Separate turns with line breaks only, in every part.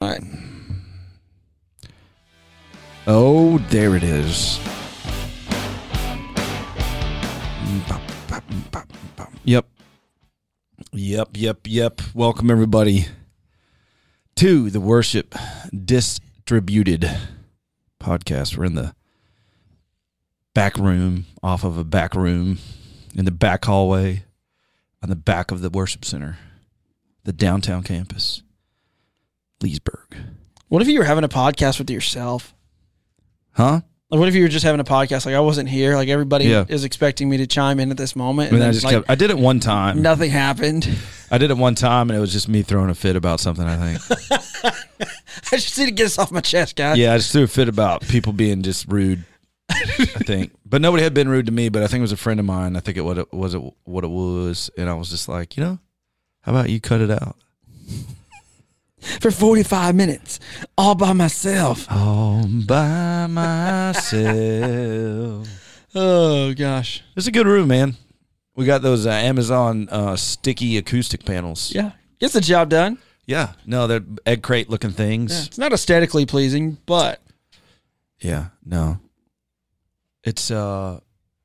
right. Oh, there it is. Yep. Yep, yep, yep. Welcome, everybody, to the Worship Distributed podcast. We're in the back room, off of a back room, in the back hallway, on the back of the Worship Center, the downtown campus, Leesburg.
What if you were having a podcast with yourself?
Huh?
Like, what if you were just having a podcast? Like, I wasn't here. Like, everybody
Yeah.
is expecting me to chime in at this moment, and
And
then
I just
like
kept, I did it one time.
nothing happened.
I did it one time, and it was just me throwing a fit about something. I think.
I just need to get this off my chest, guys.
yeah, I just threw a fit about people being just rude. I think, but nobody had been rude to me. But I think it was a friend of mine. I think it what it was it what it was, and I was just like, you know, how about you cut it out
For forty five minutes, all by myself.
all by myself.
Oh gosh.
it's a good room, man. We got those uh, Amazon uh, sticky acoustic panels.
Yeah, gets the job done.
yeah. No, they're egg crate looking things.
It's not aesthetically pleasing, but
Yeah, no. It's uh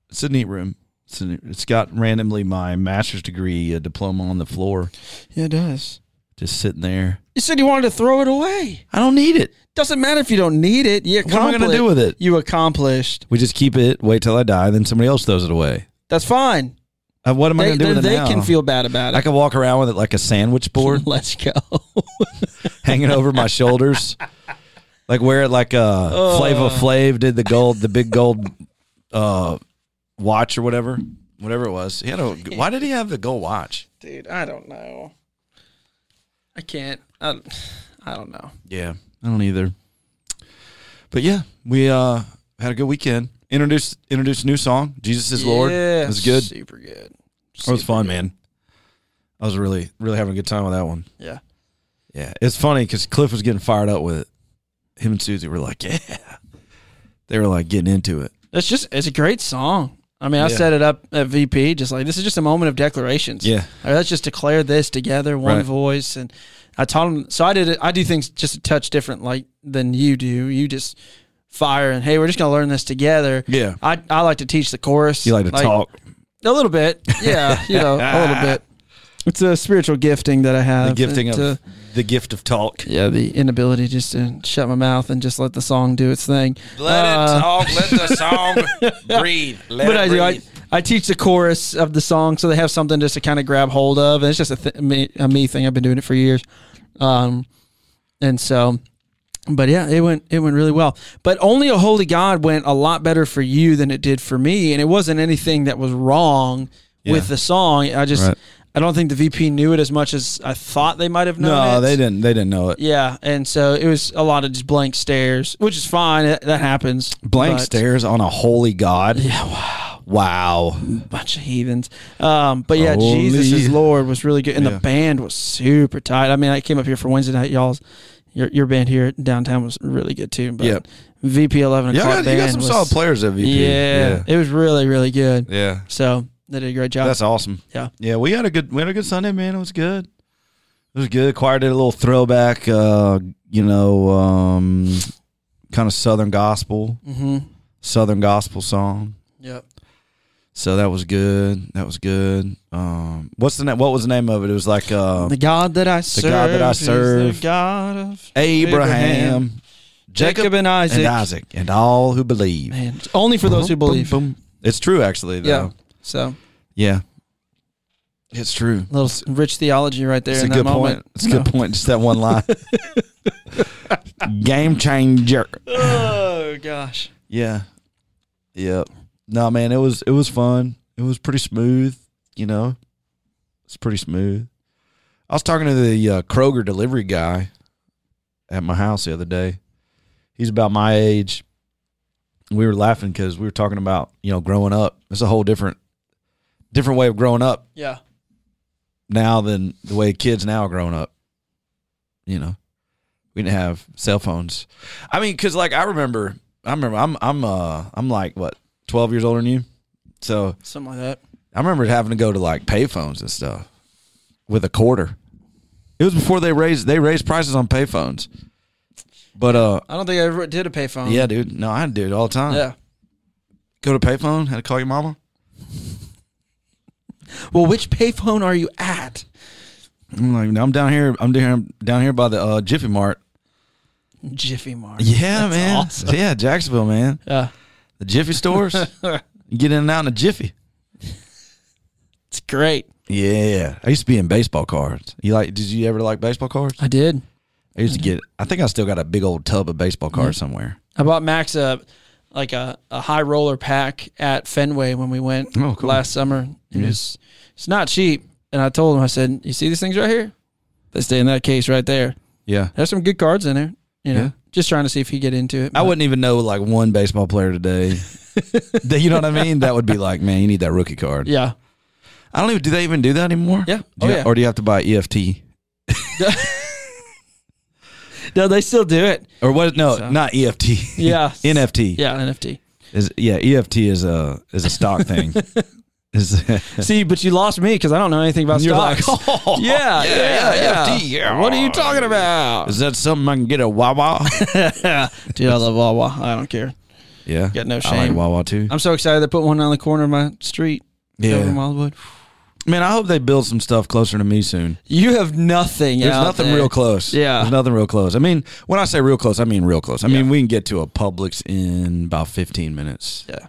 it's a neat room. It's a neat, it's got randomly my master's degree uh diploma on the floor
yeah, it does.
just sitting there.
You said you wanted to throw it away.
I don't need it.
Doesn't matter if you don't need it. You
What am I going to
accompli-
do with it?
You accomplished.
We just keep it, wait till I die, then somebody else throws it away.
That's fine.
Uh, what am I
They,
going to do
they,
with it
they
now?
can feel bad about it.
I can walk around with it like a sandwich board
Let's go.
hanging over my shoulders. Like wear it like uh
Oh.
Flava Flav did the gold the big gold uh watch or whatever. Whatever it was. He had a why did he have the gold watch?
Dude, I don't know. I can't. I, I don't know.
Yeah, I don't either. But yeah, we uh had a good weekend. Introduced introduced a new song, Jesus is Lord. It was good. It
Super good.
was fun, man. I was really really having a good time with that one.
Yeah.
Yeah, it's funny because Cliff was getting fired up with it. Him and Susie were like, yeah. They were like getting into it.
It's just, it's a great song. I mean, I
Yeah.
set it up at VP, just like this is just a moment of declarations.
Yeah.
Like, let's just declare this together, one
Right.
voice. And I taught him, so I did it. I do things just a touch different, like than you do. You just fire and hey, we're just gonna learn this together.
Yeah.
I, I like to teach the chorus.
You like to talk.
A little bit. Yeah, you know, a little bit. It's a spiritual gifting that I have.
The gifting
It's,
of
uh,
the gift of talk.
yeah, the inability just to shut my mouth and just let the song do its thing. Uh,
talk. Let the song breathe. Let
But I do. I, I teach the chorus of the song, so they have something just to kind of grab hold of, and it's just a, th- me, a me thing. I've been doing it for years, um, and so, but yeah, it went it went really well. But only a holy God went a lot better for you than it did for me, and it wasn't anything that was wrong
Yeah.
with the song. I just
Right.
I don't think the VP knew it as much as I thought they might have known.
no,
it.
they didn't. They didn't know it.
Yeah, and so it was a lot of just blank stares, which is fine. That, that happens.
Blank
but-
stares on a holy God. wow. Wow.
bunch of heathens. Um, but yeah, Jesus
Holy.
is Lord was really good, and
Yeah.
the band was super tight. I mean, I came up here for Wednesday night, y'all's. Your, your band here downtown was really good too. But
Yep.
VP eleven
Yeah,
o'clock
you got, you got
band
some
was-
solid players at VP.
Yeah,
yeah,
it was really really good.
Yeah.
So they did a great job.
that's awesome.
yeah,
Yeah, we had a good we had a good Sunday, man. It was good. It was good. Choir did a little throwback, uh, you know, um, kind of Southern gospel,
mm-hmm.
Southern gospel song.
yep.
So that was good. That was good. Um, what's the name? What was the name of it? It was like uh,
the God that I serve,
God that I
is the
serve.
God of
Abraham,
Jacob, and Isaac.
and Isaac, and all who believe.
Man, it's only for those who
Boom,
believe.
boom. It's true, actually. Though.
Yeah. So
Yeah. It's true.
little s- rich theology right there
It's a
in that
good
moment.
point. It's a good point. Just that one line. Game changer.
Oh gosh.
Yeah. Yep. No, man, it was it was fun. It was pretty smooth, you know. It's pretty smooth. I was talking to the uh, Kroger delivery guy at my house the other day. He's about my age. We were laughing because we were talking about you know growing up. It's a whole different different way of growing up
Yeah.
now than the way kids now are growing up. You know, we didn't have cell phones. I mean, because like I remember, I remember I'm I'm uh I'm like what twelve years older than you, so
Something like that.
I remember having to go to like payphones and stuff with a quarter. It was before they raised they raised prices on payphones. But uh,
I don't think I ever did a payphone.
yeah, dude. No, I do it all the time.
Yeah.
Go to payphone. Had to call your mama.
Well, which payphone are you at?
I'm like, no, I'm down here. I'm down here. I'm down here by the uh, Jiffy Mart.
Jiffy Mart.
Yeah,
That's
man.
Awesome.
Yeah, Jacksonville, man.
Yeah.
The Jiffy stores. You Get in and out in a jiffy.
it's great.
Yeah, I used to be in baseball cards. You like? Did you ever like baseball cards?
I did.
I used to get. I think I still got a big old tub of baseball cards somewhere.
I bought Max a like a, a high roller pack at Fenway when we went
Oh, cool.
last summer. It was it's not cheap. And I told him, I said, You see these things right here? They stay in that case right there.
Yeah,
There's some good cards in there. You know.
Yeah.
Just trying to see if he'd get into it.
I wouldn't even know like one baseball player today. That- you know what I mean? That would be like, man, you need that rookie card.
Yeah.
I don't even. Do they even do that anymore?
Yeah.
Do
Oh,
you-
yeah.
Or do you have to buy E EFT?
No, they still do it.
Or what? No,
So-
not E EFT.
Yeah.
NFT.
Yeah, NFT.
Is yeah. EFT is a is a stock thing. Is
See, but you lost me because I don't know anything about
You're like, oh,
stocks. yeah, yeah, yeah,
EFT, yeah.
What are you talking about?
is that something I can get a Wawa?
Dude, I love Wawa. I don't care.
yeah.
Got no
I like
shame.
Wawa too.
I'm so excited they put one on the corner of my street. Yeah. Over in Wildwood.
Man, I hope they build some stuff closer to me soon.
You have nothing.
There's
out
nothing
there.
real close.
Yeah.
There's nothing real close. I mean, when I say real close, I mean real close. I mean, we can get to a Publix in about 15 minutes.
Yeah.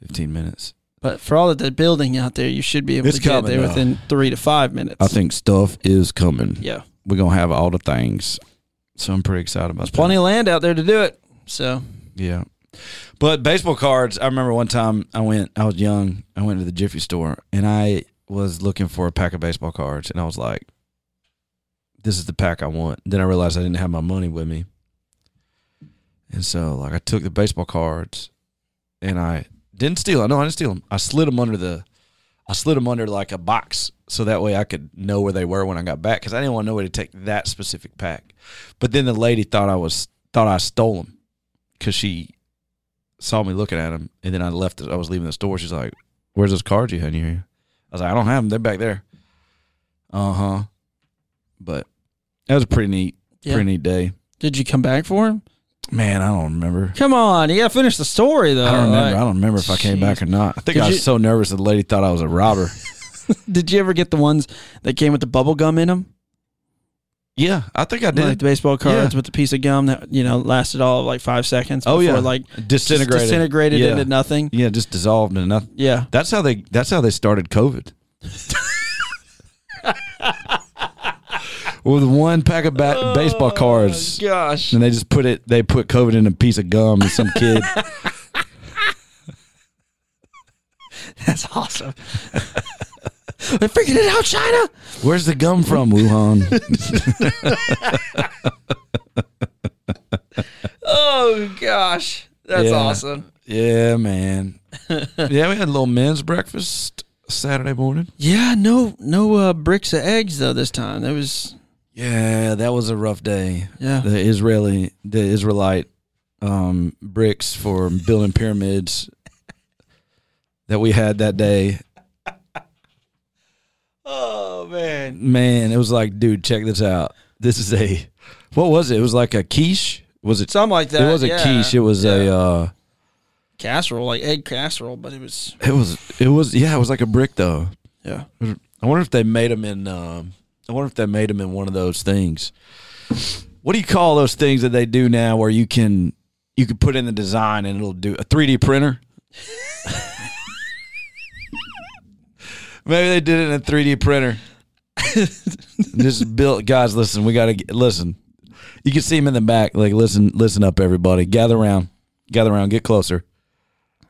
15 minutes.
But for all that they're building out there, you should be able
It's
to get
coming,
there
though.
within three to five minutes.
I think stuff is coming.
Yeah.
We're going to have all the things. So I'm pretty excited about
There's plenty of land out there to do it. So,
Yeah. But baseball cards, I remember one time I went, I was young, I went to the Jiffy store and I was looking for a pack of baseball cards and I was like, this is the pack I want. Then I realized I didn't have my money with me. And so, like, I took the baseball cards and I didn't steal. I know I didn't steal them. I slid them under the, I slid them under like a box so that way I could know where they were when I got back because I didn't want nobody to take that specific pack. But then the lady thought I was, thought I stole them because she saw me looking at him, and then I left. I was leaving the store. She's like, "Where's those cards you had in your hand?" I was like, "I don't have them. They're back there." Uh huh. But that was a pretty neat,
Yeah.
pretty neat day.
did you come back for him?
Man, I don't remember.
Come on, you got to finish the story though.
I don't remember. Uh, I
Like,
don't remember if I came back or not. I think
Did
I was
you-
so nervous that the lady thought I was a robber.
did you ever get the ones that came with the bubble gum in them?
yeah, I think I did.
Like the baseball cards with the piece of gum that you know lasted all of like five seconds.
Oh,
before,
yeah.
like just
disintegrated.
disintegrated
yeah.
into nothing.
Yeah, just dissolved into nothing.
Yeah,
That's how they. That's how they started COVID. With one pack of ba- baseball cards,
gosh,
and they just put it. They put COVID in a piece of gum, and some kid.
that's awesome. They're figuring it out, China.
Where's the gum from, Wuhan?
Oh gosh, that's
Yeah.
awesome.
yeah, man. Yeah, we had a little men's breakfast Saturday morning.
Yeah, no, no uh, bricks of eggs though this time. That was
Yeah, that was a rough day.
yeah,
The Israeli, the Israelite um, bricks for building pyramids that we had that day.
Oh man.
Man, it was like, dude, check this out. This is a, what was it? It was like a quiche. Was it?
Something like that.
it was a
Uh, yeah.
quiche. It was a. Uh,
casserole, like egg casserole, but it was
it was. It was. Yeah, it was like a brick though.
yeah.
I wonder if they made them in. Um, I wonder if they made them in one of those things. What do you call those things that they do now, where you can you can put in the design and it'll do a three D printer? Maybe they did it in a three D printer. Just built, guys. Listen, we gotta get- listen. You can see them in the back. Like, listen, listen up, everybody. Gather around, gather around, get closer.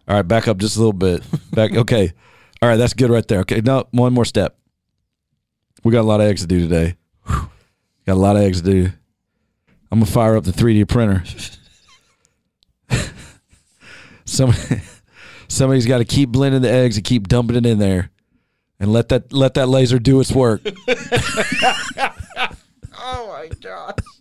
All right, back up just a little bit. Back, okay. All right, that's good right there. Okay, no, one more step. We got a lot of eggs to do today. Whew. Got a lot of eggs to do. I'm gonna fire up the 3D printer. Some somebody's got to keep blending the eggs and keep dumping it in there, and let that let that laser do its work.
Oh my god.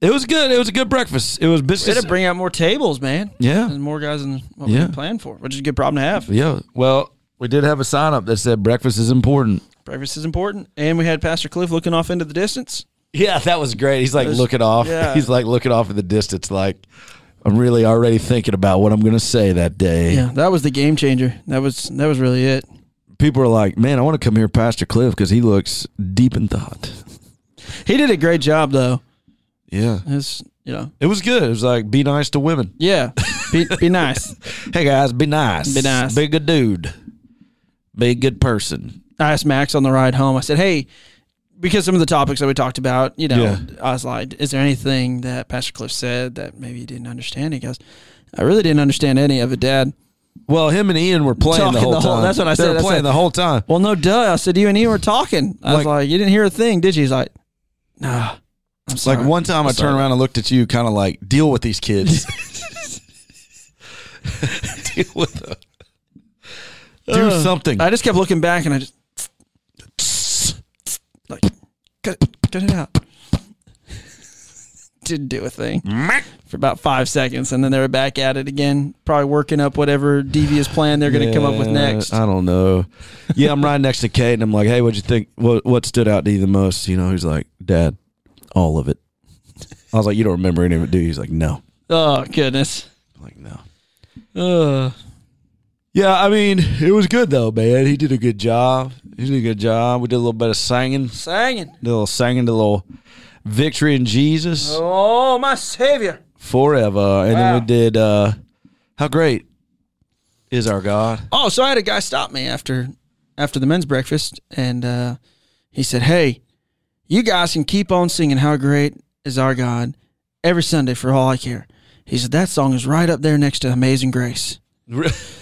It was good. It was a good breakfast. It was
Way
business.
to bring out more tables, man.
yeah,
And more guys than what
Yeah.
we planned for, which is a good problem to have.
yeah. Well, we did have a sign up that said breakfast is important.
Breakfast is important. And we had Pastor Cliff looking off into the distance.
Yeah, that was great. He's like
Those-
looking off.
yeah.
He's like looking off in the distance, like I'm really already thinking about what I'm gonna say that day.
Yeah, that was the game changer. That was that was really it.
People are like, man, I want to come here, Pastor Cliff, because he looks deep in thought.
He did a great job though.
Yeah,
It's you know,
it was good. It was like, be nice to women.
yeah. Be, be nice.
Hey guys, be nice.
Be nice.
Be a good dude. Be a good person.
I asked Max on the ride home. I said, "Hey, because some of the topics that we talked about, you know,
Yeah.
I was like, is there anything that Pastor Cliff said that maybe you didn't understand?" He goes, "I really didn't understand any of it, Dad."
Well, him and Ian were playing the
Talking
whole
the whole-
time.
that's what I
They
said,
were
that's
playing
what-
the whole time.
Well, no, duh. I said, "You and he were talking." I was
Like-
like, "You didn't hear a thing, did you?" He's like, "Nah." I'm
It's like
sorry.
one time I
Sorry.
turned around and looked at you, kind of like, deal with these kids. deal with them. Do
Ugh.
something.
I just kept looking back, and I just like cut, cut it out. Didn't do a thing for about five seconds, and then they were back at it again, probably working up whatever devious plan they're going to come up with
Yeah,
next.
I don't know. Yeah, I'm right next to Kate, and I'm like, hey, what'd you think? What what stood out to you the most? You know, he's like, Dad, all of it. I was like, you don't remember any of it, do you? He's like, no.
oh goodness.
I'm like, no.
Ugh.
Yeah, I mean, it was good though, man. He did a good job. He did a good job. We did a little bit of singing,
Singing.
did a little singing, did a little victory in Jesus.
Oh, my savior.
forever. And then we did uh How Great Is Our God.
Oh, so I had a guy stop me after after the men's breakfast, and uh, he said, "Hey, you guys can keep on singing how great is our God every Sunday for all I care." He said that song is right up there next to Amazing Grace.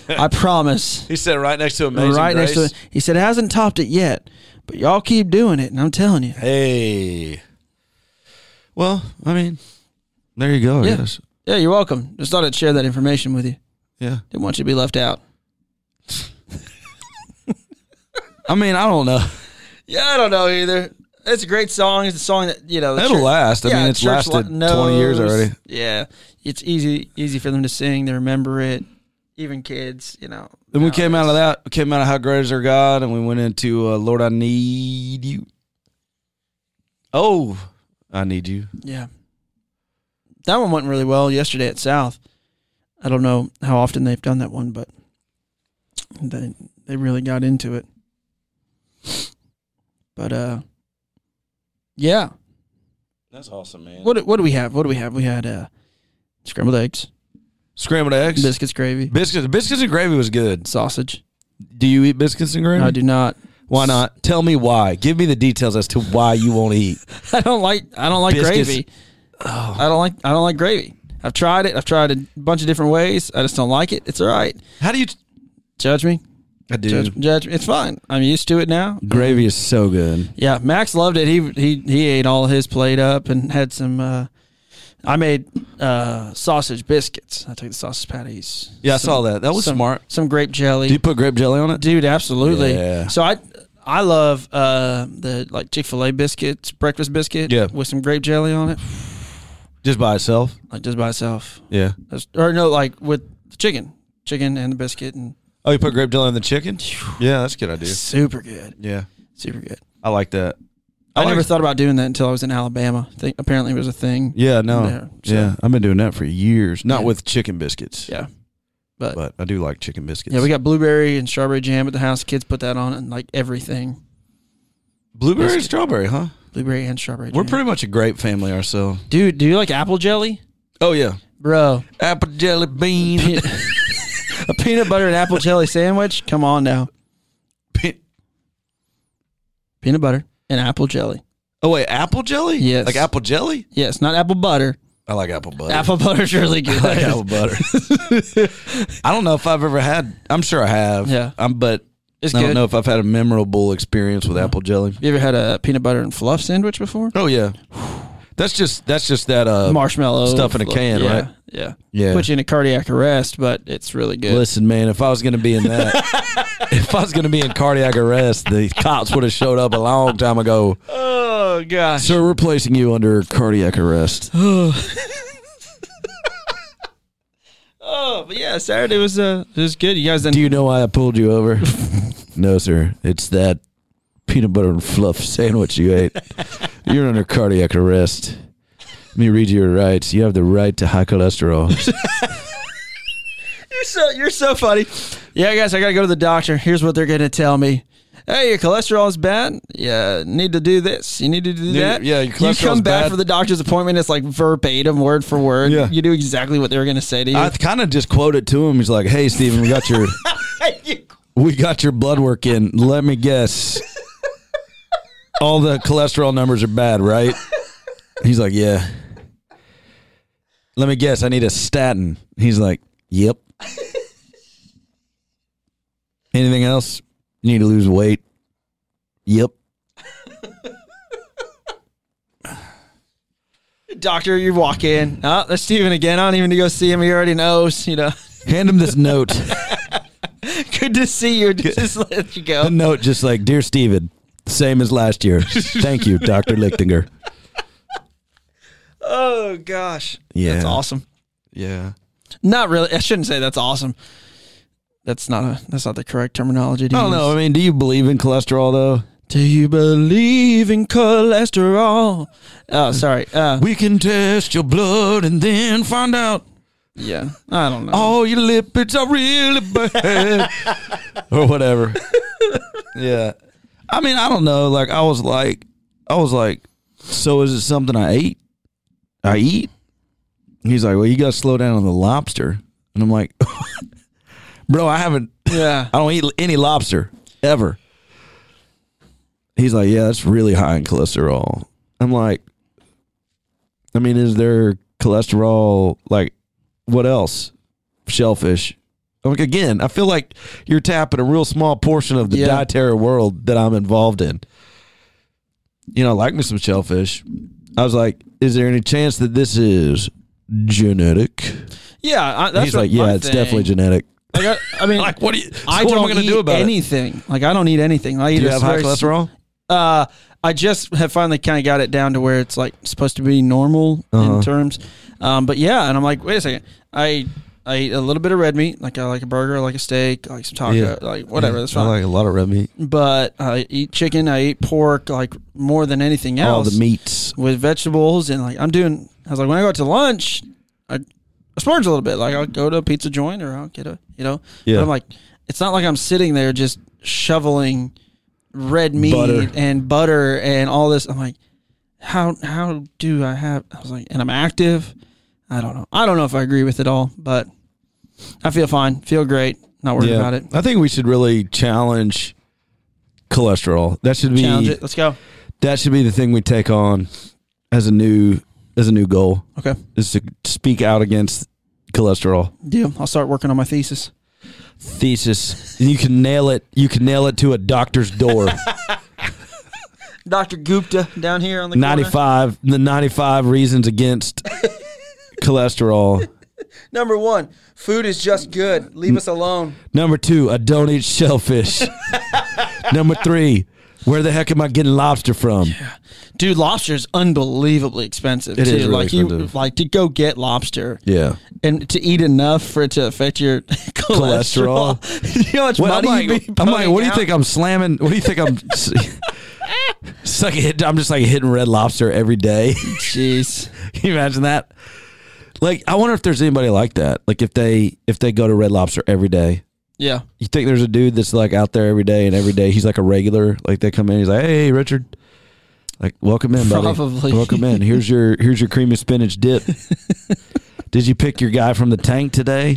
I promise.
he said right next to Amazing
right next to
Grace.
it. He said it hasn't topped it yet, but y'all keep doing it, and I'm telling you.
Hey. Well, I mean, there you go, I
Yeah.
guess.
Yeah, you're welcome. Just thought I'd share that information with you.
Yeah.
Didn't want you to be left out.
I mean, I don't know.
Yeah, I don't know either. It's a great song. It's a song that you know. the
It'll
church-
last. I mean, it's
church
lasted
lo-
20 years
knows.
already.
Yeah, it's easy easy for them to sing. They remember it. Even kids, you know.
Then we
nowadays.
came out of that, came out of How Great Is Our God, and we went into uh, Lord, I Need You. Oh, I Need You.
Yeah, that one went really well yesterday at South. I don't know how often they've done that one, but they they really got into it. But uh, yeah.
That's awesome, man.
What do- what do we have? What do we have? We had uh, scrambled eggs,
Scrambled eggs.
biscuits, gravy,
biscuits. Biscuits and gravy was good.
sausage.
Do you eat biscuits and gravy?
I do not.
Why not? Tell me why. Give me the details as to why you won't eat.
I don't like. I don't like
Biscuits. Oh.
gravy. I don't like. I don't like gravy. I've tried it. I've tried a bunch of different ways. I just don't like it. It's all right.
How do you?
Judge me.
I
Judge, judge me. It's fine. I'm used to it now.
Gravy is so good.
Yeah, Max loved it. He he he ate all his plate up and had some. Uh, I made uh, sausage biscuits. I took the sausage patties.
Yeah, I
Some-
saw that. That was
some-
smart.
Some grape jelly.
Do you put grape jelly on it?
dude absolutely
Yeah.
so i i love uh the like chick-fil-a biscuits breakfast biscuit
Yeah.
with some grape jelly on it
Just by itself.
like just by itself
Yeah.
That's- or no like with the chicken chicken and the biscuit and
Oh, you put grape jelly on the chicken? Yeah, that's a good idea.
super good
Yeah,
super good
I like that.
i,
like-
never thought about doing that until i was in alabama think apparently it was a thing
Yeah, no.
There, so-
Yeah, I've been doing that for years. Not
Yeah.
with chicken biscuits.
Yeah. But-
but I do like chicken biscuits.
yeah we got blueberry and strawberry jam at the house kids put that on and like everything
blueberry and
biscuit.
strawberry, huh?
blueberry and strawberry
We're
jam.
pretty much a grape family ourselves.
dude do you like apple jelly
Oh yeah,
bro
apple jelly bean.
a peanut butter and apple jelly sandwich come on now peanut butter and apple jelly.
oh wait, apple jelly?
Yes.
like apple jelly.
Yes, not apple butter.
I like apple butter.
Apple butter's really good.
I like apple butter. I don't know if I've ever had. I'm sure I have.
Yeah.
Um, but
It's
I
good.
don't know if I've had a memorable experience with apple jelly.
You ever had a peanut butter and fluff sandwich before?
Oh yeah. That's just that's just that uh
Marshmallow
stuff in a
fluff.
can,
yeah,
right?
Yeah,
yeah.
Put you in a cardiac arrest, but it's really good.
Listen, man, if I was gonna be in that, if I was gonna be in cardiac arrest, the cops would have showed up a long time ago.
Oh gosh.
Sir, we're placing you under cardiac arrest.
Oh, but yeah, Saturday was uh, it was good. You guys didn't.
Do you know why I pulled you over? no, sir. It's that peanut butter and fluff sandwich you ate. You're under cardiac arrest. Let me read you your rights. You have the right to high cholesterol.
You're so you're so funny. Yeah, guys, I gotta go to the doctor. Here's what they're gonna tell me. Hey, your cholesterol is bad. Yeah, need to do this. You need to do
Yeah,
that.
yeah, your
you
cholesterol's
come back
bad.
for the doctor's appointment. It's like verbatim, word for word.
Yeah.
you do exactly what they're gonna say to you.
I kind of just quoted to him. He's like, "Hey, Steven, we got your we got your blood work in. Let me guess, all the cholesterol numbers are bad, right?" He's like, "Yeah." Let me guess. I need a statin. He's like, "Yep." Anything else? You need to lose weight. Yep.
doctor, you walk in. Oh, that's Steven again. I don't even need to go see him. He already knows. You know,
Hand him this note.
good to see you. Just let you
A
go.
note just like, "Dear Steven, same as last year. Thank you, Doctor Lichtinger."
Oh gosh,
Yeah.
that's awesome.
Yeah.
Not really. I shouldn't say that's awesome. That's not a. That's not the correct terminology. To
I don't
use.
know. I mean, do you believe in cholesterol though?
Do you believe in cholesterol? Oh, sorry. Uh,
We can test your blood and then find out
yeah, I don't know.
all your lipids are really bad or whatever. yeah. I mean, I don't know. Like I was like I was like so is it something I ate? I eat? He's like, "Well, you got to slow down on the lobster." And I'm like, "Bro, I haven't
yeah,
I don't eat any lobster ever. He's like, yeah, that's really high in cholesterol. I'm like, I mean, is there cholesterol? Like, what else? Shellfish. I'm Like again, I feel like you're tapping a real small portion of the
Yeah.
dietary world that I'm involved in. You know, I like me some shellfish. I was like, is there any chance that this is genetic?
yeah. I, that's
He's
what
like, yeah,
my
it's
thing-
definitely genetic.
Like, I, I mean,
Like, what do you?
I
so
don't
what am I going to
eat
do about it?
anything. Like, I don't eat anything. I eat
Do you
a
have high
very-
cholesterol?
Uh, I just have finally kind of got it down to where it's like supposed to be normal
Uh-huh.
in terms. Um, but yeah, and I'm like, wait a second, I. I eat a little bit of red meat, like I like a burger, I like a steak, I like some taco,
Yeah.
like whatever. that's fine.
I like a lot of red meat.
but I eat chicken, I eat pork, like more than anything else.
All the meats.
with vegetables and like I'm doing. I was like, when I go out to lunch, I, I splurge a little bit. Like I'll go to a pizza joint or I'll get a, you know.
Yeah.
But I'm like, it's not like I'm sitting there just shoveling red meat
Butter.
and butter and all this. I'm like, how how do I have? I was like, and I'm active. I don't know. I don't know if I agree with it all, but I feel fine. Feel great. Not worried about it.
I think we should really challenge cholesterol. That should be
Challenge it. Let's go.
that should be the thing we take on as a new as a new goal
Okay.
is to speak out against cholesterol
Deal. I'll start working on my thesis.
thesis. you can nail it. You can nail it to a doctor's door.
Dr. Gupta down here on the corner.
95 the 95 reasons against cholesterol.
Number one, food is just good. Leave us alone.
Number two, I don't eat shellfish. Number three, where the heck am I getting lobster from?
Dude, lobster is unbelievably expensive.
It
too.
is really
like
expensive.
you like to go get lobster
Yeah.
and to eat enough for it to affect your cholesterol. you know how much
Well, I'm
money
like,
you be
I'm like,
putting
what do you
out?
think I'm slamming? What do you think I'm? it's like hit, I'm just like hitting Red Lobster every day.
Jeez.
Can you imagine that? Like, I wonder if there's anybody like that. Like, if they if they go to Red Lobster every day,
Yeah.
you think there's a dude that's like out there every day and every day he's like a regular. Like they come in, he's like, hey, Richard. Like welcome in, buddy.
Probably.
welcome in. Here's your here's your cream of spinach dip. Did you pick your guy from the tank today?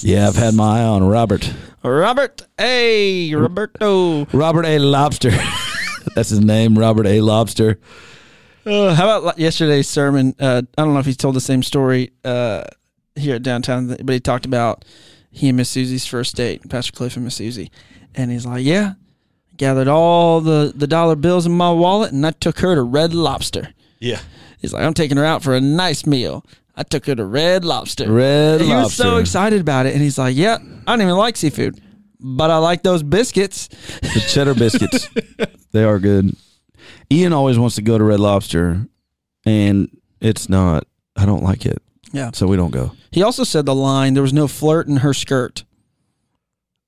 yeah, I've had my eye on Robert.
Robert A. Roberto.
Robert A. Lobster. That's his name, Robert A. Lobster.
Uh, how about li- yesterday's sermon? Uh, I don't know if he told the same story uh, here at downtown, but he talked about he and Miss Susie's first date, Pastor Cliff and Miss Susie, and he's like, "Yeah, gathered all the the dollar bills in my wallet, and I took her to Red Lobster."
Yeah.
He's like, "I'm taking her out for a nice meal. I took her to Red Lobster."
Red
he
Lobster.
was so excited about it, and he's like, "Yeah, I don't even like seafood, but I like those biscuits."
The cheddar biscuits. they are good. Ian always wants to go to Red Lobster, and it's not. I don't like it.
Yeah.
So we don't go.
He also said the line, "There was no flirt in her skirt."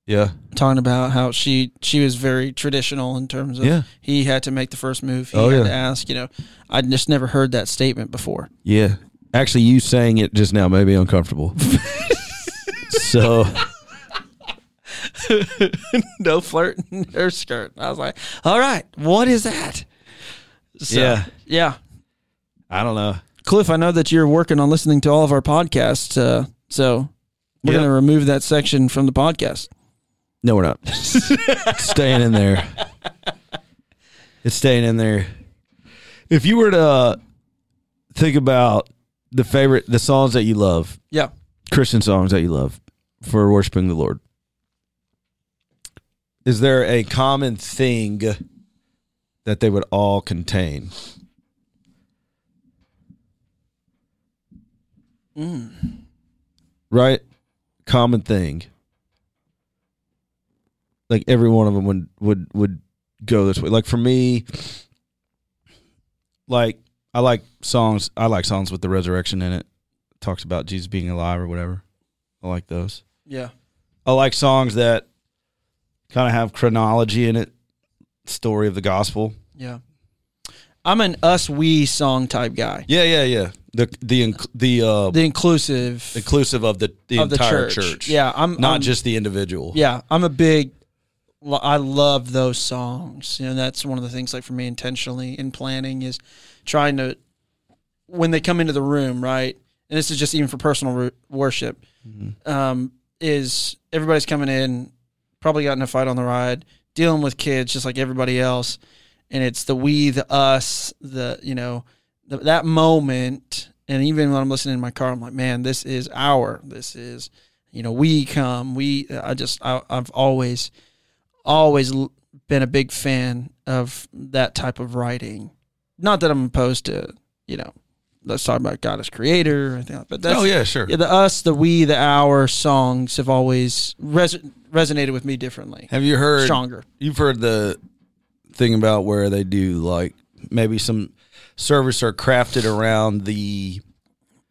Yeah.
talking about how she she was very traditional in terms of
Yeah.
he had to make the first move. He
Oh,
had
yeah.
to ask. You know, I just never heard that statement before.
Yeah. Actually, you saying it just now made me uncomfortable. so
no flirting or skirt. I was like, all right, what is that? So,
Yeah.
yeah.
I don't know.
Cliff, I know that you're working on listening to all of our podcasts, uh, so we're
Yep.
going to remove that section from the podcast.
No, we're not. it's staying in there. It's staying in there. If you were to uh, think about the favorite, the songs that you love,
Yeah.
Christian songs that you love for worshiping the Lord, is there a common thing that they would all contain? Mm. Right? Common thing. Like every one of them would would would go this way. Like for me, like I like songs. I like songs with the resurrection in it. Talks about Jesus being alive or whatever. I like those.
Yeah.
I like songs that kind of have chronology in it, story of the gospel.
Yeah. I'm an us we song type guy.
Yeah, yeah, yeah. The the inc- the uh,
The inclusive
inclusive of the, the
of the
entire
church.
church.
Yeah, I'm
not
I'm-
just the individual.
Yeah, I'm a big. I love those songs. You know, that's one of the things. Like for me, intentionally in planning is trying to when they come into the room, right? And this is just even for personal wor- worship. Um, is everybody's coming in, probably got in a fight on the ride, dealing with kids just like everybody else, and it's the we, the us, the you know, the, that moment. And even when I'm listening in my car, I'm like, man, this is our, this is, you know, we come, we. I just, I, I've always, always l- been a big fan of that type of writing. Not that I'm opposed to, you know, let's talk about God as creator or anything like that. But that's,
oh yeah, sure.
yeah, the us, the we, the our songs have always res- resonated with me differently,
Have you heard
stronger.
You've heard the thing about where they do like maybe some service are crafted around the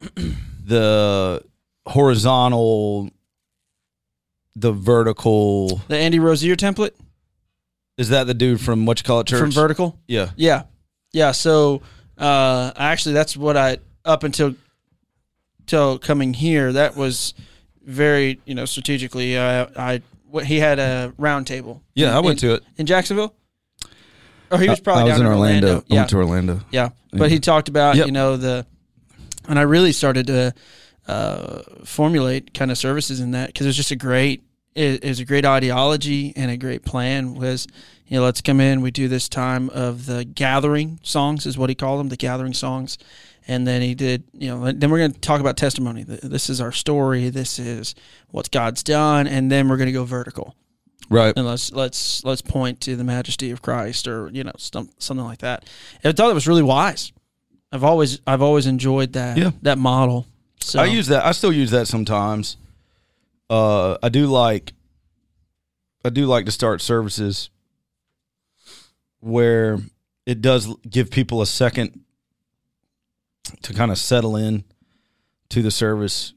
the horizontal the vertical
The Andy Rozier template
is that the dude from what you call it church
from Vertical.
yeah
Yeah, yeah. So uh, actually, that's what I up until till coming here. That was very you know strategically. Uh, I what he had a round table.
yeah i went
in,
to it
in Jacksonville. Or he was probably
i was
down
in orlando, i
Yeah,
went to orlando
Yeah, but he talked about
Yep.
you know the, and I really started to uh, formulate kind of services in that because it was just a great it, it was a great ideology and a great plan was you know let's come in we do this time of the gathering songs is what he called them the gathering songs and then he did you know then we're going to talk about testimony Th- this is our story this is what god's done and then we're going to go vertical
right
and let's let's let's point to the majesty of Christ or you know some, something like that. And I thought it was really wise. I've always I've always enjoyed that
Yeah.
that model. So
I use that. I still use that sometimes. Uh, I do like, I do like to start services where it does give people a second to kind of settle in to the service,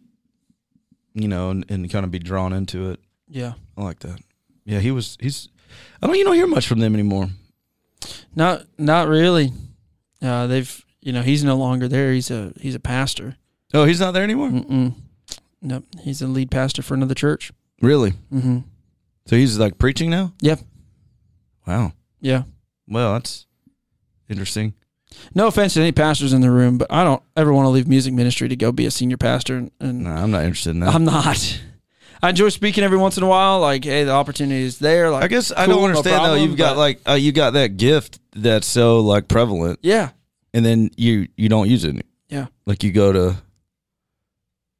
you know, and, and kind of be drawn into it.
yeah.
I like that. Yeah, he was. He's. I don't. You don't hear much from them anymore.
Not not really. Uh, they've you know he's no longer there. He's a he's a pastor.
Oh, he's not there anymore.
Mm-mm. Nope. He's a lead pastor for another church.
Really?
Mm-hmm.
So he's like preaching now.
Yep.
Wow.
Yeah.
Well, that's interesting.
No offense to any pastors in the room, but I don't ever want to leave music ministry to go be a senior pastor and, and
No, I'm not interested in that.
I'm not. I enjoy speaking every once in a while. Like, hey, the opportunity is there. Like,
I guess I
cool,
don't
no
understand
problem,
though. You've got
but-
like uh, you got that gift that's so like prevalent,
yeah,
and then you you don't use it.
Yeah.
like you go to.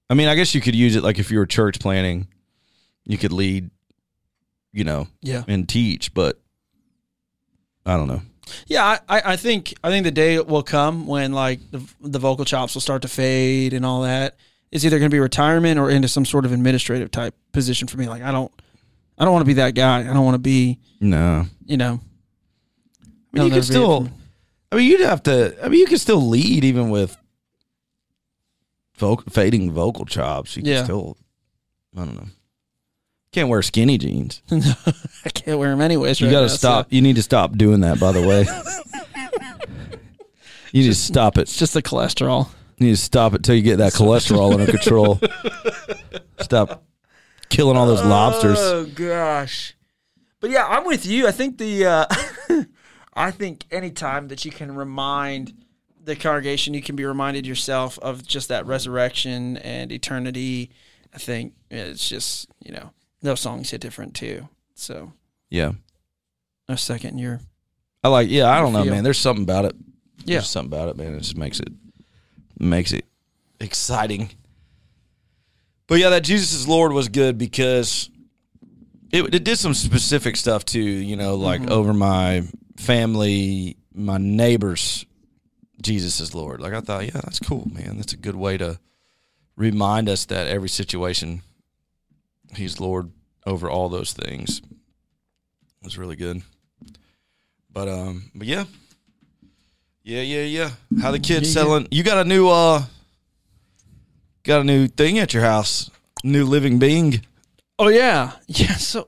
I mean, I guess you could use it like if you were church planning, you could lead, you know,
yeah,
and teach. But I don't know.
yeah. I- I, I think I think the day will come when like the the vocal chops will start to fade and all that. It's either going to be retirement or into some sort of administrative type position for me. Like, I don't, I don't want to be that guy. I don't want to be,
No,
you know.
I mean, you
could
could still. I mean, you'd have to. I mean, you could still lead even with voc fading vocal chops. You could
Yeah.
still. I don't know. Can't wear skinny jeans.
I can't wear them anyways.
You
right
got to
now, so
stop. You need to stop doing that. By the way, you need to stop it.
It's just the cholesterol.
You need to stop it till you get that cholesterol under control. Stop killing all those lobsters.
Uh.
Oh gosh. But yeah, I'm with you. I think the uh, I think any time that you can remind the congregation, you can be reminded yourself of just that resurrection and eternity. I think it's just, you know, those songs hit different too. So
Yeah,
A second year.
I like. Yeah, I don't know,
feel.
man. There's something about it.
Yeah.
There's something about it, man. It just makes it makes it exciting. But yeah, that Jesus is Lord was good because it, it did some specific stuff too. You know, like over my family, my neighbors. Jesus is Lord. Like I thought, yeah, that's cool, man. That's a good way to remind us that every situation, He's Lord over all those things. It was really good. But um, but yeah, yeah, yeah, yeah. How the kids
Yeah, yeah.
selling? You got a new uh, got a new thing at your house. New living being.
Oh yeah, yeah. So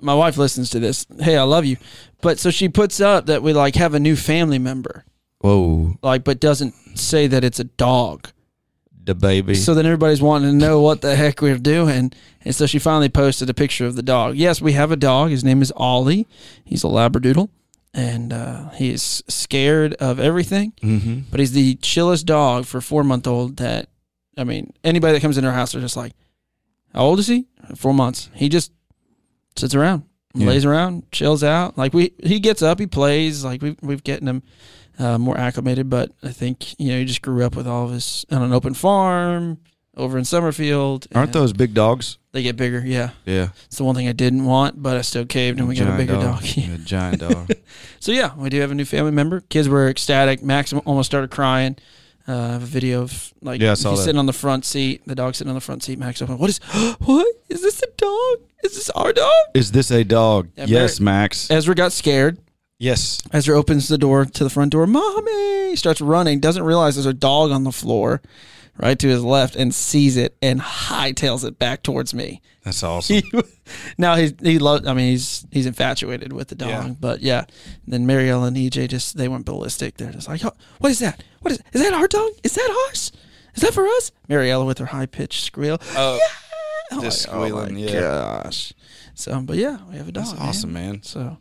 my wife listens to this. Hey, I love you, but so she puts up that we like have a new family member,
Whoa,
like, but doesn't say that it's a dog.
the baby.
So then everybody's wanting to know what the heck we're doing, and so she finally posted a picture of the dog. Yes, we have a dog. His name is Ollie. He's a Labradoodle, and uh, he is scared of everything.
mm-hmm.
but he's the chillest dog for four month old that I mean, anybody that comes in our house are just like, How old is he? Four months. He just sits around,
Yeah.
lays around, chills out. Like we he gets up, he plays, like we we've getting him uh, more acclimated, but I think, you know, he just grew up with all of us on an open farm over in Summerfield.
Aren't
and
those big dogs?
they get bigger, yeah.
Yeah,
It's the one thing I didn't want, but I still caved and we got a
Giant
bigger dog.
Yeah, giant dog.
So yeah, we do have a new family member. Kids were ecstatic. Max almost started crying. Uh, I have a video of like
Yeah, I
he's
saw that.
sitting on the front seat. The dog sitting on the front seat. Max open. What is? What is this? A dog? Is this our dog?
Is this a dog?
Yeah,
yes, Max.
Ezra got scared.
yes.
Ezra opens the door to the front door. Mommy starts running. Doesn't realize there's a dog on the floor, right to his left, and sees it and hightails it back towards me.
That's awesome.
now he he loves. I mean, he's he's infatuated with the dog.
Yeah.
But yeah, And then Marielle and EJ just they went ballistic. They're just like, oh, what is that? What is is that our dog? Is that ours? Is that for us? Mariella with her high pitched squeal.
Oh,
I'm
just
like, oh my
squealing, yeah.
Gosh. So, but yeah, we have a dog.
that's
man.
awesome, man.
So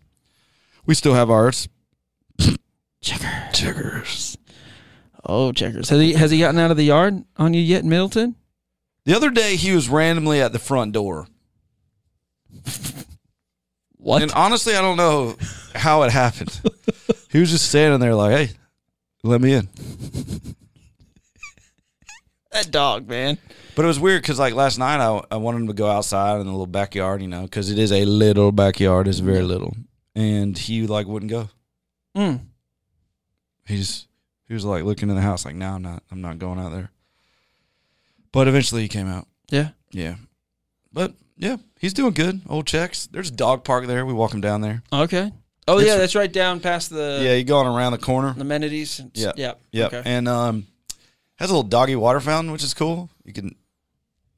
We still have ours.
checkers, checkers. Oh, checkers. Has he has he gotten out of the yard on you yet, Middleton?
The other day, he was randomly at the front door,
What?
and honestly, I don't know how it happened. he was just standing there, like, "Hey, let me in."
that dog, man.
But it was weird because, like, last night I, I wanted him to go outside in the little backyard, you know, because it is a little backyard. It's very little, and he like wouldn't go. Hmm.
Mm.
He just he was like looking in the house, like, "No, I'm not. I'm not going out there." But eventually, he came out.
Yeah.
Yeah. But yeah, he's doing good. Old checks. There's a dog park there. We walk him down there.
Okay. Oh
It's-
yeah, that's right down past the
yeah, he going around the corner.
amenities. It's-
Yeah.
Yeah.
Yeah.
Okay.
And um has a little doggy water fountain, which is cool. You can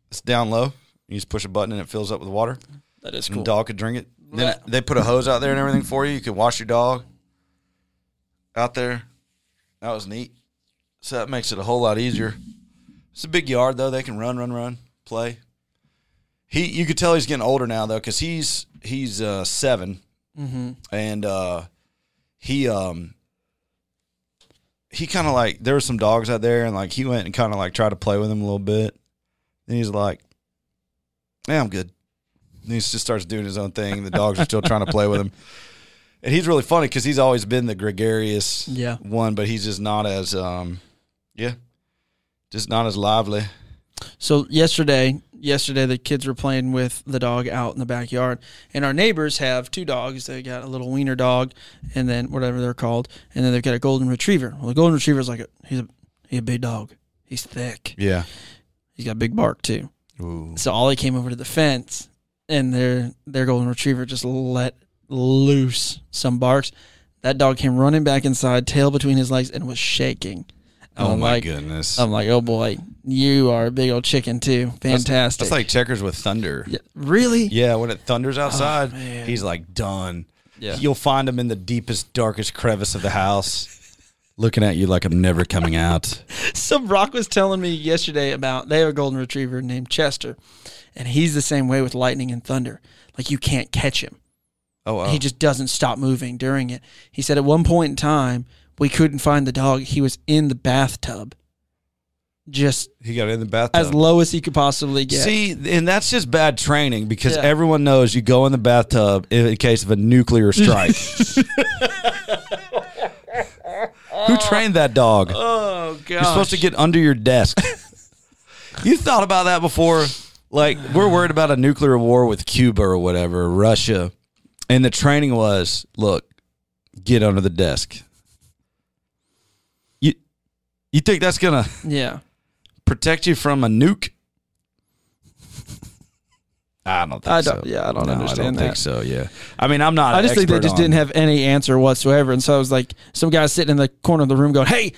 it's down low. You just push a button and it fills up with water.
That is
And
cool.
the dog could drink it. Then
Bleh.
they put a hose out there and everything for you. You could wash your dog out there. That was neat. So that makes it a whole lot easier. It's a big yard though. They can run, run, run, play. He, you could tell he's getting older now though, because he's he's uh, 7
Mm-hmm.
and uh, he um he kind of like there were some dogs out there, and like he went and kind of like tried to play with him a little bit. Then he's like, "Yeah, I'm good." And he just starts doing his own thing. The dogs are still trying to play with him. And he's really funny because he's always been the gregarious
Yeah.
one, but he's just not as um yeah, just not as lively.
So yesterday, yesterday the kids were playing with the dog out in the backyard, and our neighbors have two dogs. They got a little wiener dog, and then whatever they're called, and then they've got a golden retriever. Well, the golden retriever is like a he's a he's a big dog. He's thick.
Yeah.
He's got a big bark too.
Ooh.
So Ollie came over to the fence, and their their golden retriever just let loose some barks. That dog came running back inside, tail between his legs, and was shaking.
Oh
I'm
my
like,
goodness.
I'm like, oh boy, you are a big old chicken too. Fantastic.
That's like checkers with thunder. Yeah,
Yeah, Oh, really?
when it thunders outside, he's like done.
Yeah.
You'll find him in the deepest, darkest crevice of the house, looking at you like I'm never coming out.
Some Brock was telling me yesterday about they have a golden retriever named Chester, and he's the same way with lightning and thunder. Like you can't catch him.
Oh, wow.
He just doesn't stop moving during it. He said at one point in time we couldn't find the dog. He was in the bathtub, just
he got in the bathtub.
as low as he could possibly get.
See, and that's just bad training because
Yeah.
everyone knows you go in the bathtub in in case of a nuclear strike. Who trained that dog?
Oh
You're
god.
supposed to get under your desk. you thought about that before? Like we're worried about a nuclear war with Cuba or whatever, Russia, and the training was look, get under the desk. You, you think that's gonna
yeah.
protect you from a nuke? I don't think
I
so.
don't- yeah, I don't
No, I don't
understand
think
that.
so. Yeah, I mean, I'm not.
I
an
just think they
expert
just
on-
didn't have any answer whatsoever. And so I was like, some guy sitting in the corner of the room going, Hey,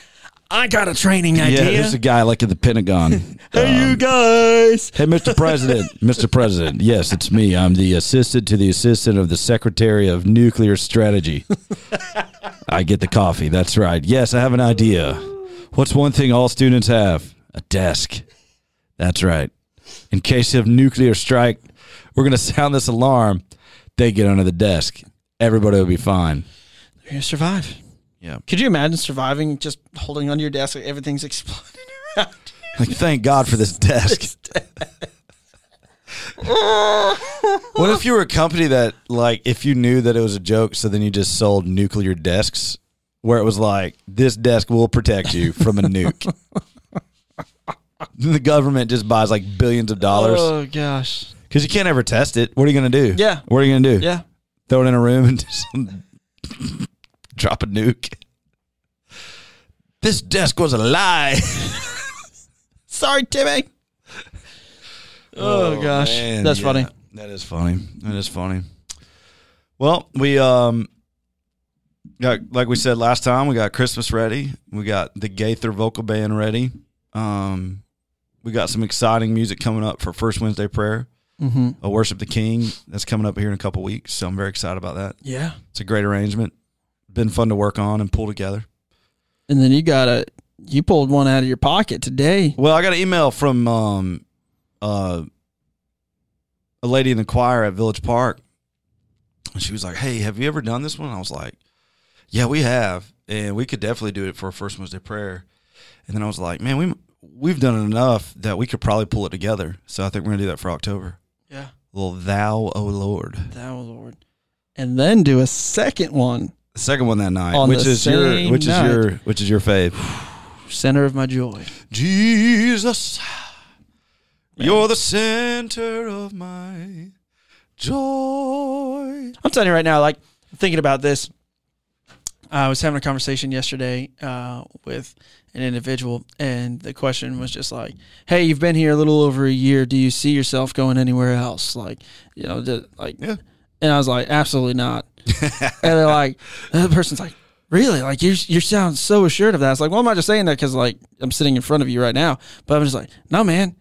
I got a training
Yeah,
idea.
there's a guy like at the Pentagon.
hey, you guys.
Hey, Mr. President, Mr. President, yes, it's me. I'm the assistant to the assistant of the Secretary of Nuclear Strategy. I get the coffee. That's right. Yes, I have an idea. What's one thing all students have? A desk. That's right. In case of nuclear strike, we're going to sound this alarm. They get under the desk. Everybody will be fine.
You're going to survive.
Yeah.
Could you imagine surviving just holding onto your desk? Like everything's exploding around you?
Like, thank God for this desk. what if you were a company that, like, if you knew that it was a joke, so then you just sold nuclear desks, where it was like, this desk will protect you from a nuke. the government just buys like billions of dollars
Oh, gosh.
because you can't ever test it. What are you gonna do?
Yeah.
What are you gonna do?
Yeah.
Throw it in a room and just drop a nuke. This desk was a lie.
Sorry, Timmy. Oh, gosh.
Man,
That's
yeah.
funny.
That is funny. That is funny. Well, we um got like we said last time, we got Christmas ready. We got the Gaither vocal band ready. Um we got some exciting music coming up for First Wednesday Prayer.
Mhm.
A Worship the King that's coming up here in a couple weeks. So I'm very excited about that.
Yeah.
It's a great arrangement. Been fun to work on and pull together.
And then you got a, you pulled one out of your pocket today.
Well, I got an email from um, uh, a lady in the choir at Village Park. And she was like, Hey, have you ever done this one? I was like, Yeah, we have. And we could definitely do it for a First Wednesday prayer. And then I was like, Man, we, we've done it enough that we could probably pull it together. So I think we're going to do that for October.
Yeah.
Little Thou, O Lord.
Thou, Lord. And then do a second one.
The second one that night,
On
which
the
is your,
same
which
night.
is your, which is your fave.
Center of my joy.
Jesus, you're the center of my joy.
I'm telling you right now, like thinking about this, I was having a conversation yesterday uh, with an individual, and the question was just like, "Hey, you've been here a little over a year. Do you see yourself going anywhere else? Like, you know, the, like."
Yeah.
And I was like, "Absolutely not." and they're like, and "The person's like." Really, like you, you sound so assured of that. It's like, well, I'm not just saying that because like I'm sitting in front of you right now, but I'm just like, no, man,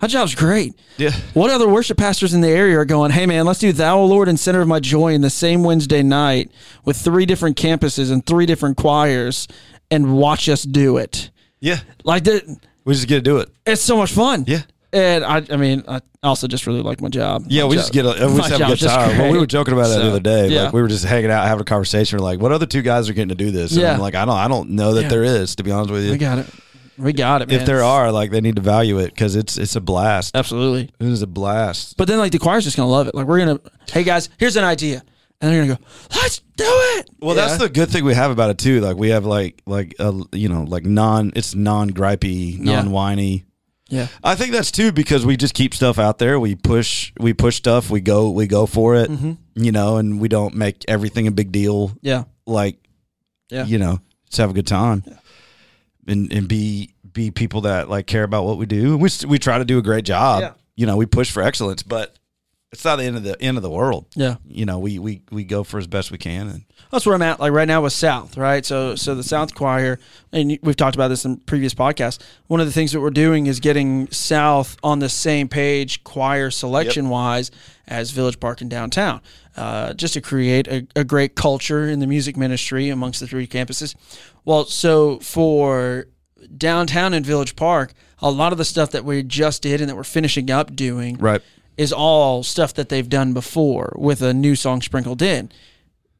my job's great.
Yeah.
What other worship pastors in the area are going, hey man, let's do Thou, O Lord, and Center of My Joy in the same Wednesday night with three different campuses and three different choirs and watch us do it?
Yeah.
Like, that,
We just get to do it.
it's so much fun.
Yeah.
And I, I mean, I also just really like my job.
Yeah,
My
we
job-
just get a, we
my
just have a
job's
good
just
time. Well, we
great.
were joking about that the
So,
other day.
yeah.
Like we were just hanging out, having a conversation. We're like, what other two guys are getting to do this? And
Yeah.
I'm like, I don't, I don't know that
Yeah.
there is. To be honest with you,
We got it. We got it, man.
if there are, like, they need to value it because it's it's a blast.
Absolutely.
It is a blast.
But then, like, the choir's just going to love it. Like, we're going to, hey guys, here's an idea. And they're going to go, let's do it.
Well,
Yeah.
that's the good thing we have about it too. Like we have like like a you know like non it's non gripey,
Yeah.
non whiny.
Yeah.
I think that's too because we just keep stuff out there. We push, we push stuff. We go, we go for it.
Mm-hmm.
You know, and we don't make everything a big deal.
Yeah.
Like,
Yeah.
you know, just have a good time, and and be be people that like care about what we do. We s- we try to do a great job.
Yeah.
You know, we push for excellence, but it's not the end of the end of the world.
Yeah.
You know, we we we go for as best we can, and
that's where I'm at. Like right now with South, right? So, so the South Choir, and we've talked about this in previous podcasts. One of the things that we're doing is getting South on the same page, choir selection wise, as Village Park and Downtown, uh, just to create a, a great culture in the music ministry amongst the three campuses. Well, so for downtown and Village Park, a lot of the stuff that we just did and that we're finishing up doing,
Right.
is all stuff that they've done before with a new song sprinkled in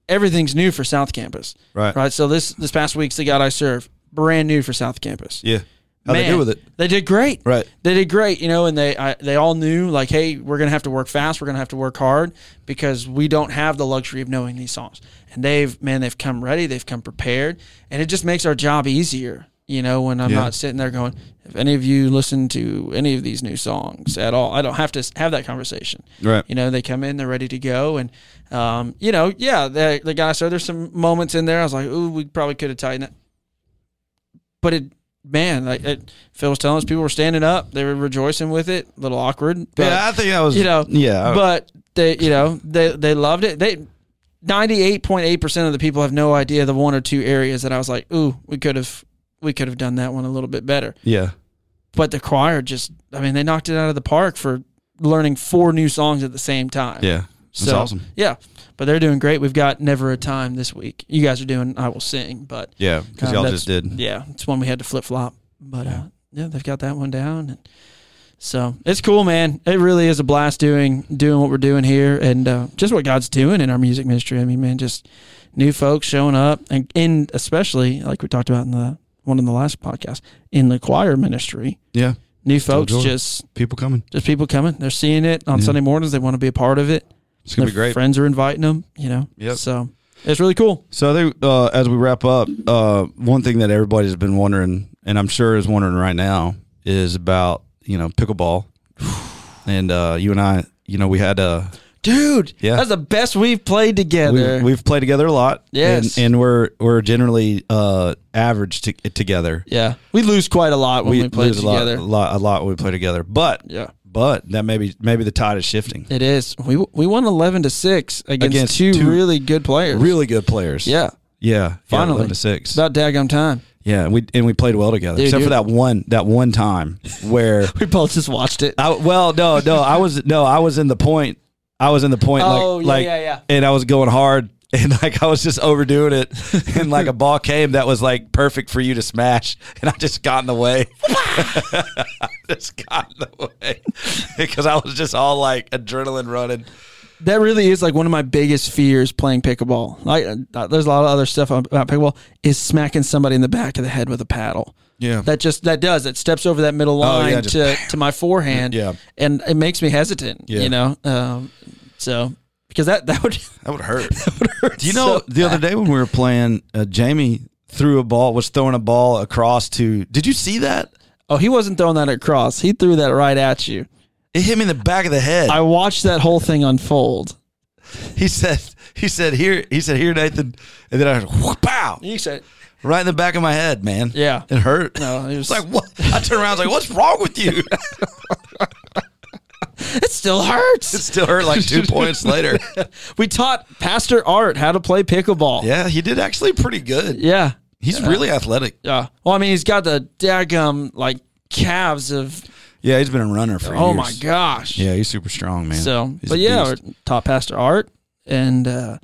everything's new for South Campus.
Right.
Right. So this this past week's the God I Serve, brand new for South Campus.
yeah, how they
Man,
do with it,
They did great.
right?
They did great, you know, and they I, they all knew like, hey, we're gonna have to work fast, we're gonna have to work hard because we don't have the luxury of knowing these songs. And they've man, they've come ready, they've come prepared, and it just makes our job easier. You know, when I'm
Yeah.
not sitting there going, if any of you listen to any of these new songs at all, I don't have to s- have that conversation.
Right.
You know, they come in, they're ready to go, and um, you know, yeah, the the guy. So there's some moments in there. I was like, ooh, we probably could have tightened it, but it, man, like it, Phil was telling us, people were standing up, they were rejoicing with it. A little awkward, but,
yeah, I think that was
you know,
yeah, I-
but they, you know, they they loved it. They. 98.8% of the people have no idea the one or two areas that I was like, "Ooh, we could have we could have done that one a little bit better."
yeah,
But the choir just I mean, they knocked it out of the park for learning four new songs at the same time.
yeah, that's
So,
awesome.
Yeah, but they're doing great. We've got Never a Time this week. You guys are doing I Will Sing, but
Yeah, because
Um,
y'all
that's-
just did.
yeah, it's one we had to flip flop. But
Yeah.
uh, yeah, they've got that one down, and so it's cool, man. It really is a blast doing doing what we're doing here, and uh, just what God's doing in our music ministry. I mean, man, just new folks showing up, and and especially like we talked about in the one in the last podcast in the choir ministry,
Yeah,
new folks
Jordan.
just
people coming.
just people coming. They're seeing it on
Yeah.
Sunday mornings. They want to be a part of it
It's gonna be
their
great.
Friends are inviting them, you know.
Yep.
So it's really cool.
So I think uh, as we wrap up, uh, one thing that everybody's been wondering, and I'm sure is wondering right now, is about you know pickleball. And uh, you and I, you know, we had uh,
Dude,
Yeah.
that's the best we've played together.
we've, we've played together a lot.
Yes.
and, and we're we're generally uh, average to, together.
yeah. We lose quite a lot when we, play
lose
together.
a lot, a lot, a lot when we play together. But
Yeah.
but that maybe maybe the tide is shifting.
It is. We we won 11 to 6 against,
Against
two,
two
really good players.
Really good players.
Yeah.
yeah.
Finally.
yeah, 11 to six.
It's about daggum time.
Yeah, and we and we played well together,
Dude,
except
you-
for that one that one time where
We both just watched it.
I well no no I was no I was in the point I was in the point
Oh,
like
yeah,
like
yeah, yeah.
and I was going hard and like I was just overdoing it and like a ball came that was like perfect for you to smash and I just got in the way I just got in the way because I was just all like adrenaline running
That really is like one of my biggest fears playing pickleball. Like uh, there's a lot of other stuff about pickleball is smacking somebody in the back of the head with a paddle.
yeah
That just that does it steps over that middle
Oh,
line
yeah, just
to to my forehand.
Yeah.
and it makes me hesitant.
Yeah.
You know, um, so because that that would
that would hurt
hurt.
Do you know
so
the other day when we were playing uh, Jamie threw a ball was throwing a ball across to did you see that
Oh, he wasn't throwing that across. He threw that right at you.
It hit me in the back of the head.
I watched that whole thing unfold.
he said, he said, here, he said, here, Nathan. And then I heard, whoop, pow,
You said,
right in the back of my head, man.
Yeah.
It hurt.
No, it Uh, was-
it's like, what? I turned around, I was like, what's wrong with you?
"It still hurts."
It still hurt like two points later.
we taught Pastor Art how to play pickleball.
Yeah, he did actually pretty good.
yeah,
He's really athletic.
yeah. Well, I mean, he's got the daggum like calves of.
Yeah, he's been a runner for
Oh
years.
my gosh.
Yeah, he's super strong, man.
So,
He's
but
a
yeah,
beast.
our top Pastor Art and uh,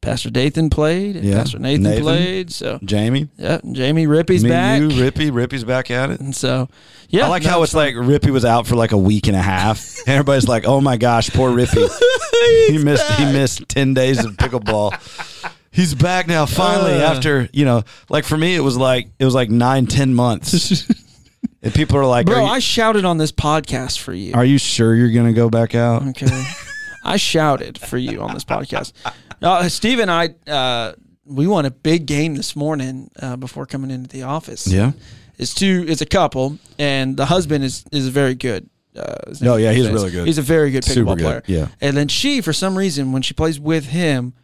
Pastor Dathan played, and
Yeah.
Pastor Nathan,
Nathan.
played. So,
Jamie,
yeah, and Jamie Rippy's
me,
back.
you, Rippy, Rippy's back at it.
and so, yeah.
I like
no,
how it's like Rippy was out for like a week and a half, and everybody's like, "Oh my gosh, poor Rippy, he missed he missed ten days of pickleball." He's back now, finally.
Uh.
after you know, like for me, it was like it was like nine, ten months, and people are like,
Bro,
are, you,
I shouted on this podcast for you.
are you sure you're gonna go back out?"
Okay. I shouted for you on this podcast. Uh, Steve and I, uh, we won a big game this morning uh, before coming into the office.
Yeah.
It's two. It's a couple, and the husband is is very good. Uh, his name
Oh,
is
yeah, he's
Vince.
really good.
He's a very good pickleball
Super good,
player.
yeah.
And then she, for some reason, when she plays with him,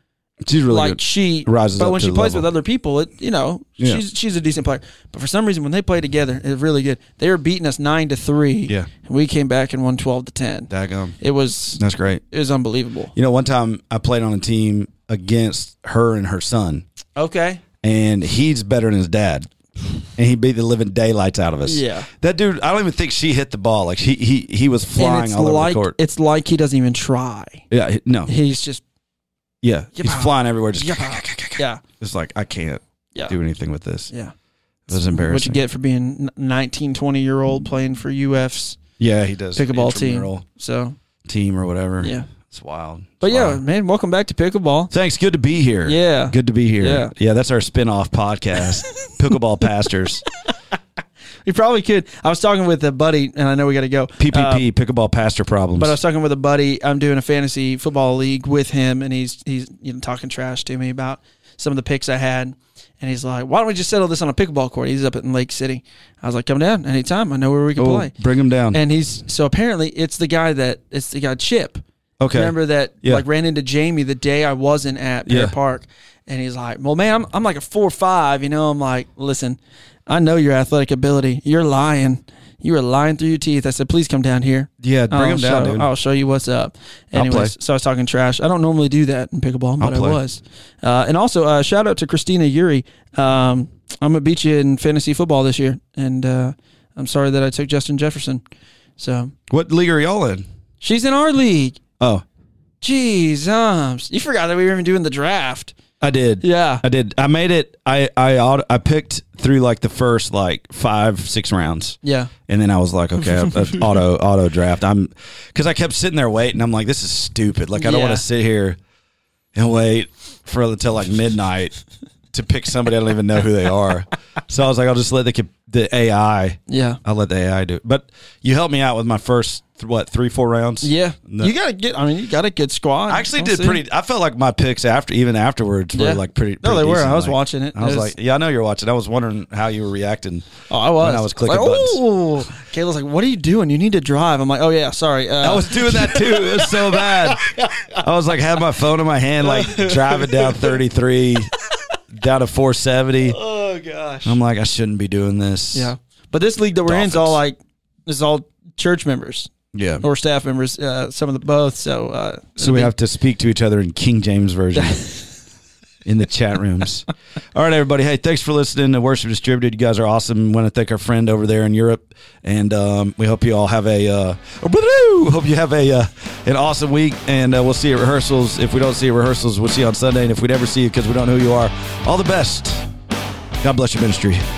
She's really
like
good.
she
Rises
but
up
when
to
she
the
plays
level.
with other people, it you know
Yeah.
she's she's a decent player. But for some reason, when they play together, it's really good. They were beating us nine to three.
Yeah.
and we came back and won twelve to ten.
Daggum.
it was
That's great.
it was unbelievable.
You know, one time I played on a team against her and her son,
Okay,
and he's better than his dad. And he beat the living daylights out of us.
Yeah.
That dude, I don't even think she hit the ball. Like he he he was
and
flying
it's
all over
like
the court.
it's like he doesn't even try.
Yeah, he- no.
He's just
Yeah. He's
Yippa.
flying everywhere. Just
Yippa. yeah
it's like I can't
Yeah.
do anything with this.
yeah.
This is
What you
embarrassing.
get for being n- 19, 20 year old playing for UF's
Yeah, he does
pickleball team.
intramural
So,
team or whatever.
Yeah.
It's wild. It's
but yeah,
wild.
man, welcome back to pickleball.
Thanks. Good to be here.
Yeah.
Good to be here.
Yeah.
Yeah, that's our spin-off podcast. Pickleball Pastors.
You probably could. I was talking with a buddy, and I know we got to go. Uh,
PPP, Pickleball Pastor Problems.
But I was talking with a buddy. I'm doing a fantasy football league with him, and he's he's you know talking trash to me about some of the picks I had. And he's like, "Why don't we just settle this on a pickleball court?" He's up in Lake City. I was like, "Come down anytime. I know where we can
Oh,
play."
Bring him down.
And he's so apparently it's the guy that it's the guy Chip.
okay.
Remember that?
Yeah.
Like ran into Jamie the day I wasn't at Bear
Yeah.
Park, and he's like, "Well, man, I'm I'm like a four or five. You know, I'm like, listen, I know your athletic ability. You're lying. You were lying through your teeth." I said, "Please come down here.
yeah, bring
I'll
him down,
show,
dude.
I'll show you what's up."
I'll play.
Anyways, so I was talking trash. I don't normally do that in pickleball, but I
play.
was. Uh, and also, uh, shout out to Christina Yuri. Um, I'm gonna beat you in fantasy football this year, and uh, I'm sorry that I took Justin Jefferson. So
What league are y'all in?
she's in our league.
Oh,
Jeez, ums. You forgot that we were even doing the draft.
I did.
Yeah.
I did. I made it. I I aut- I picked through like the first like five six rounds,
Yeah.
and then I was like, okay, that's auto auto draft. I'm because I kept sitting there waiting. I'm like, this is stupid. Like I don't
Yeah.
want to sit here and wait for until like midnight to pick somebody I don't even know who they are. So I was like, I'll just let the comp- the AI.
Yeah.
I'll let the AI do it. But you helped me out with my first th- what three four rounds.
Yeah.
No.
You got to get, I mean, you got a good squad.
I actually
I'll
did
see.
pretty. I felt like my picks after, even afterwards, were
Yeah.
like pretty.
No,
pretty
they were.
decent.
I was
Like,
watching it.
I was
It was-
like, yeah, I know you're watching. I was wondering how you were reacting.
Oh, I was.
when I was clicking
like,
buttons.
Oh, Kayla's like, what are you doing? You need to drive. I'm like, oh, yeah, sorry. Uh,
I was doing that too. It was so bad. I was like, had my phone in my hand, like driving down 33, down to 470.
oh, gosh.
I'm like, I shouldn't be doing this.
Yeah. But this league that we're in is all like, this is all church members
yeah.
or staff members, uh, some of the both. So, uh,
So we have to speak to each other in King James version in the chat rooms. All right, everybody. Hey, thanks for listening to Worship Distributed. You guys are awesome. Want to thank our friend over there in Europe, and um, we hope you all have a uh, woo-hoo! hope you have a uh, an awesome week. And uh, we'll see you at rehearsals. If we don't see you at rehearsals, we'll see you on Sunday. And if we never see you because we don't know who you are, all the best. God bless your ministry.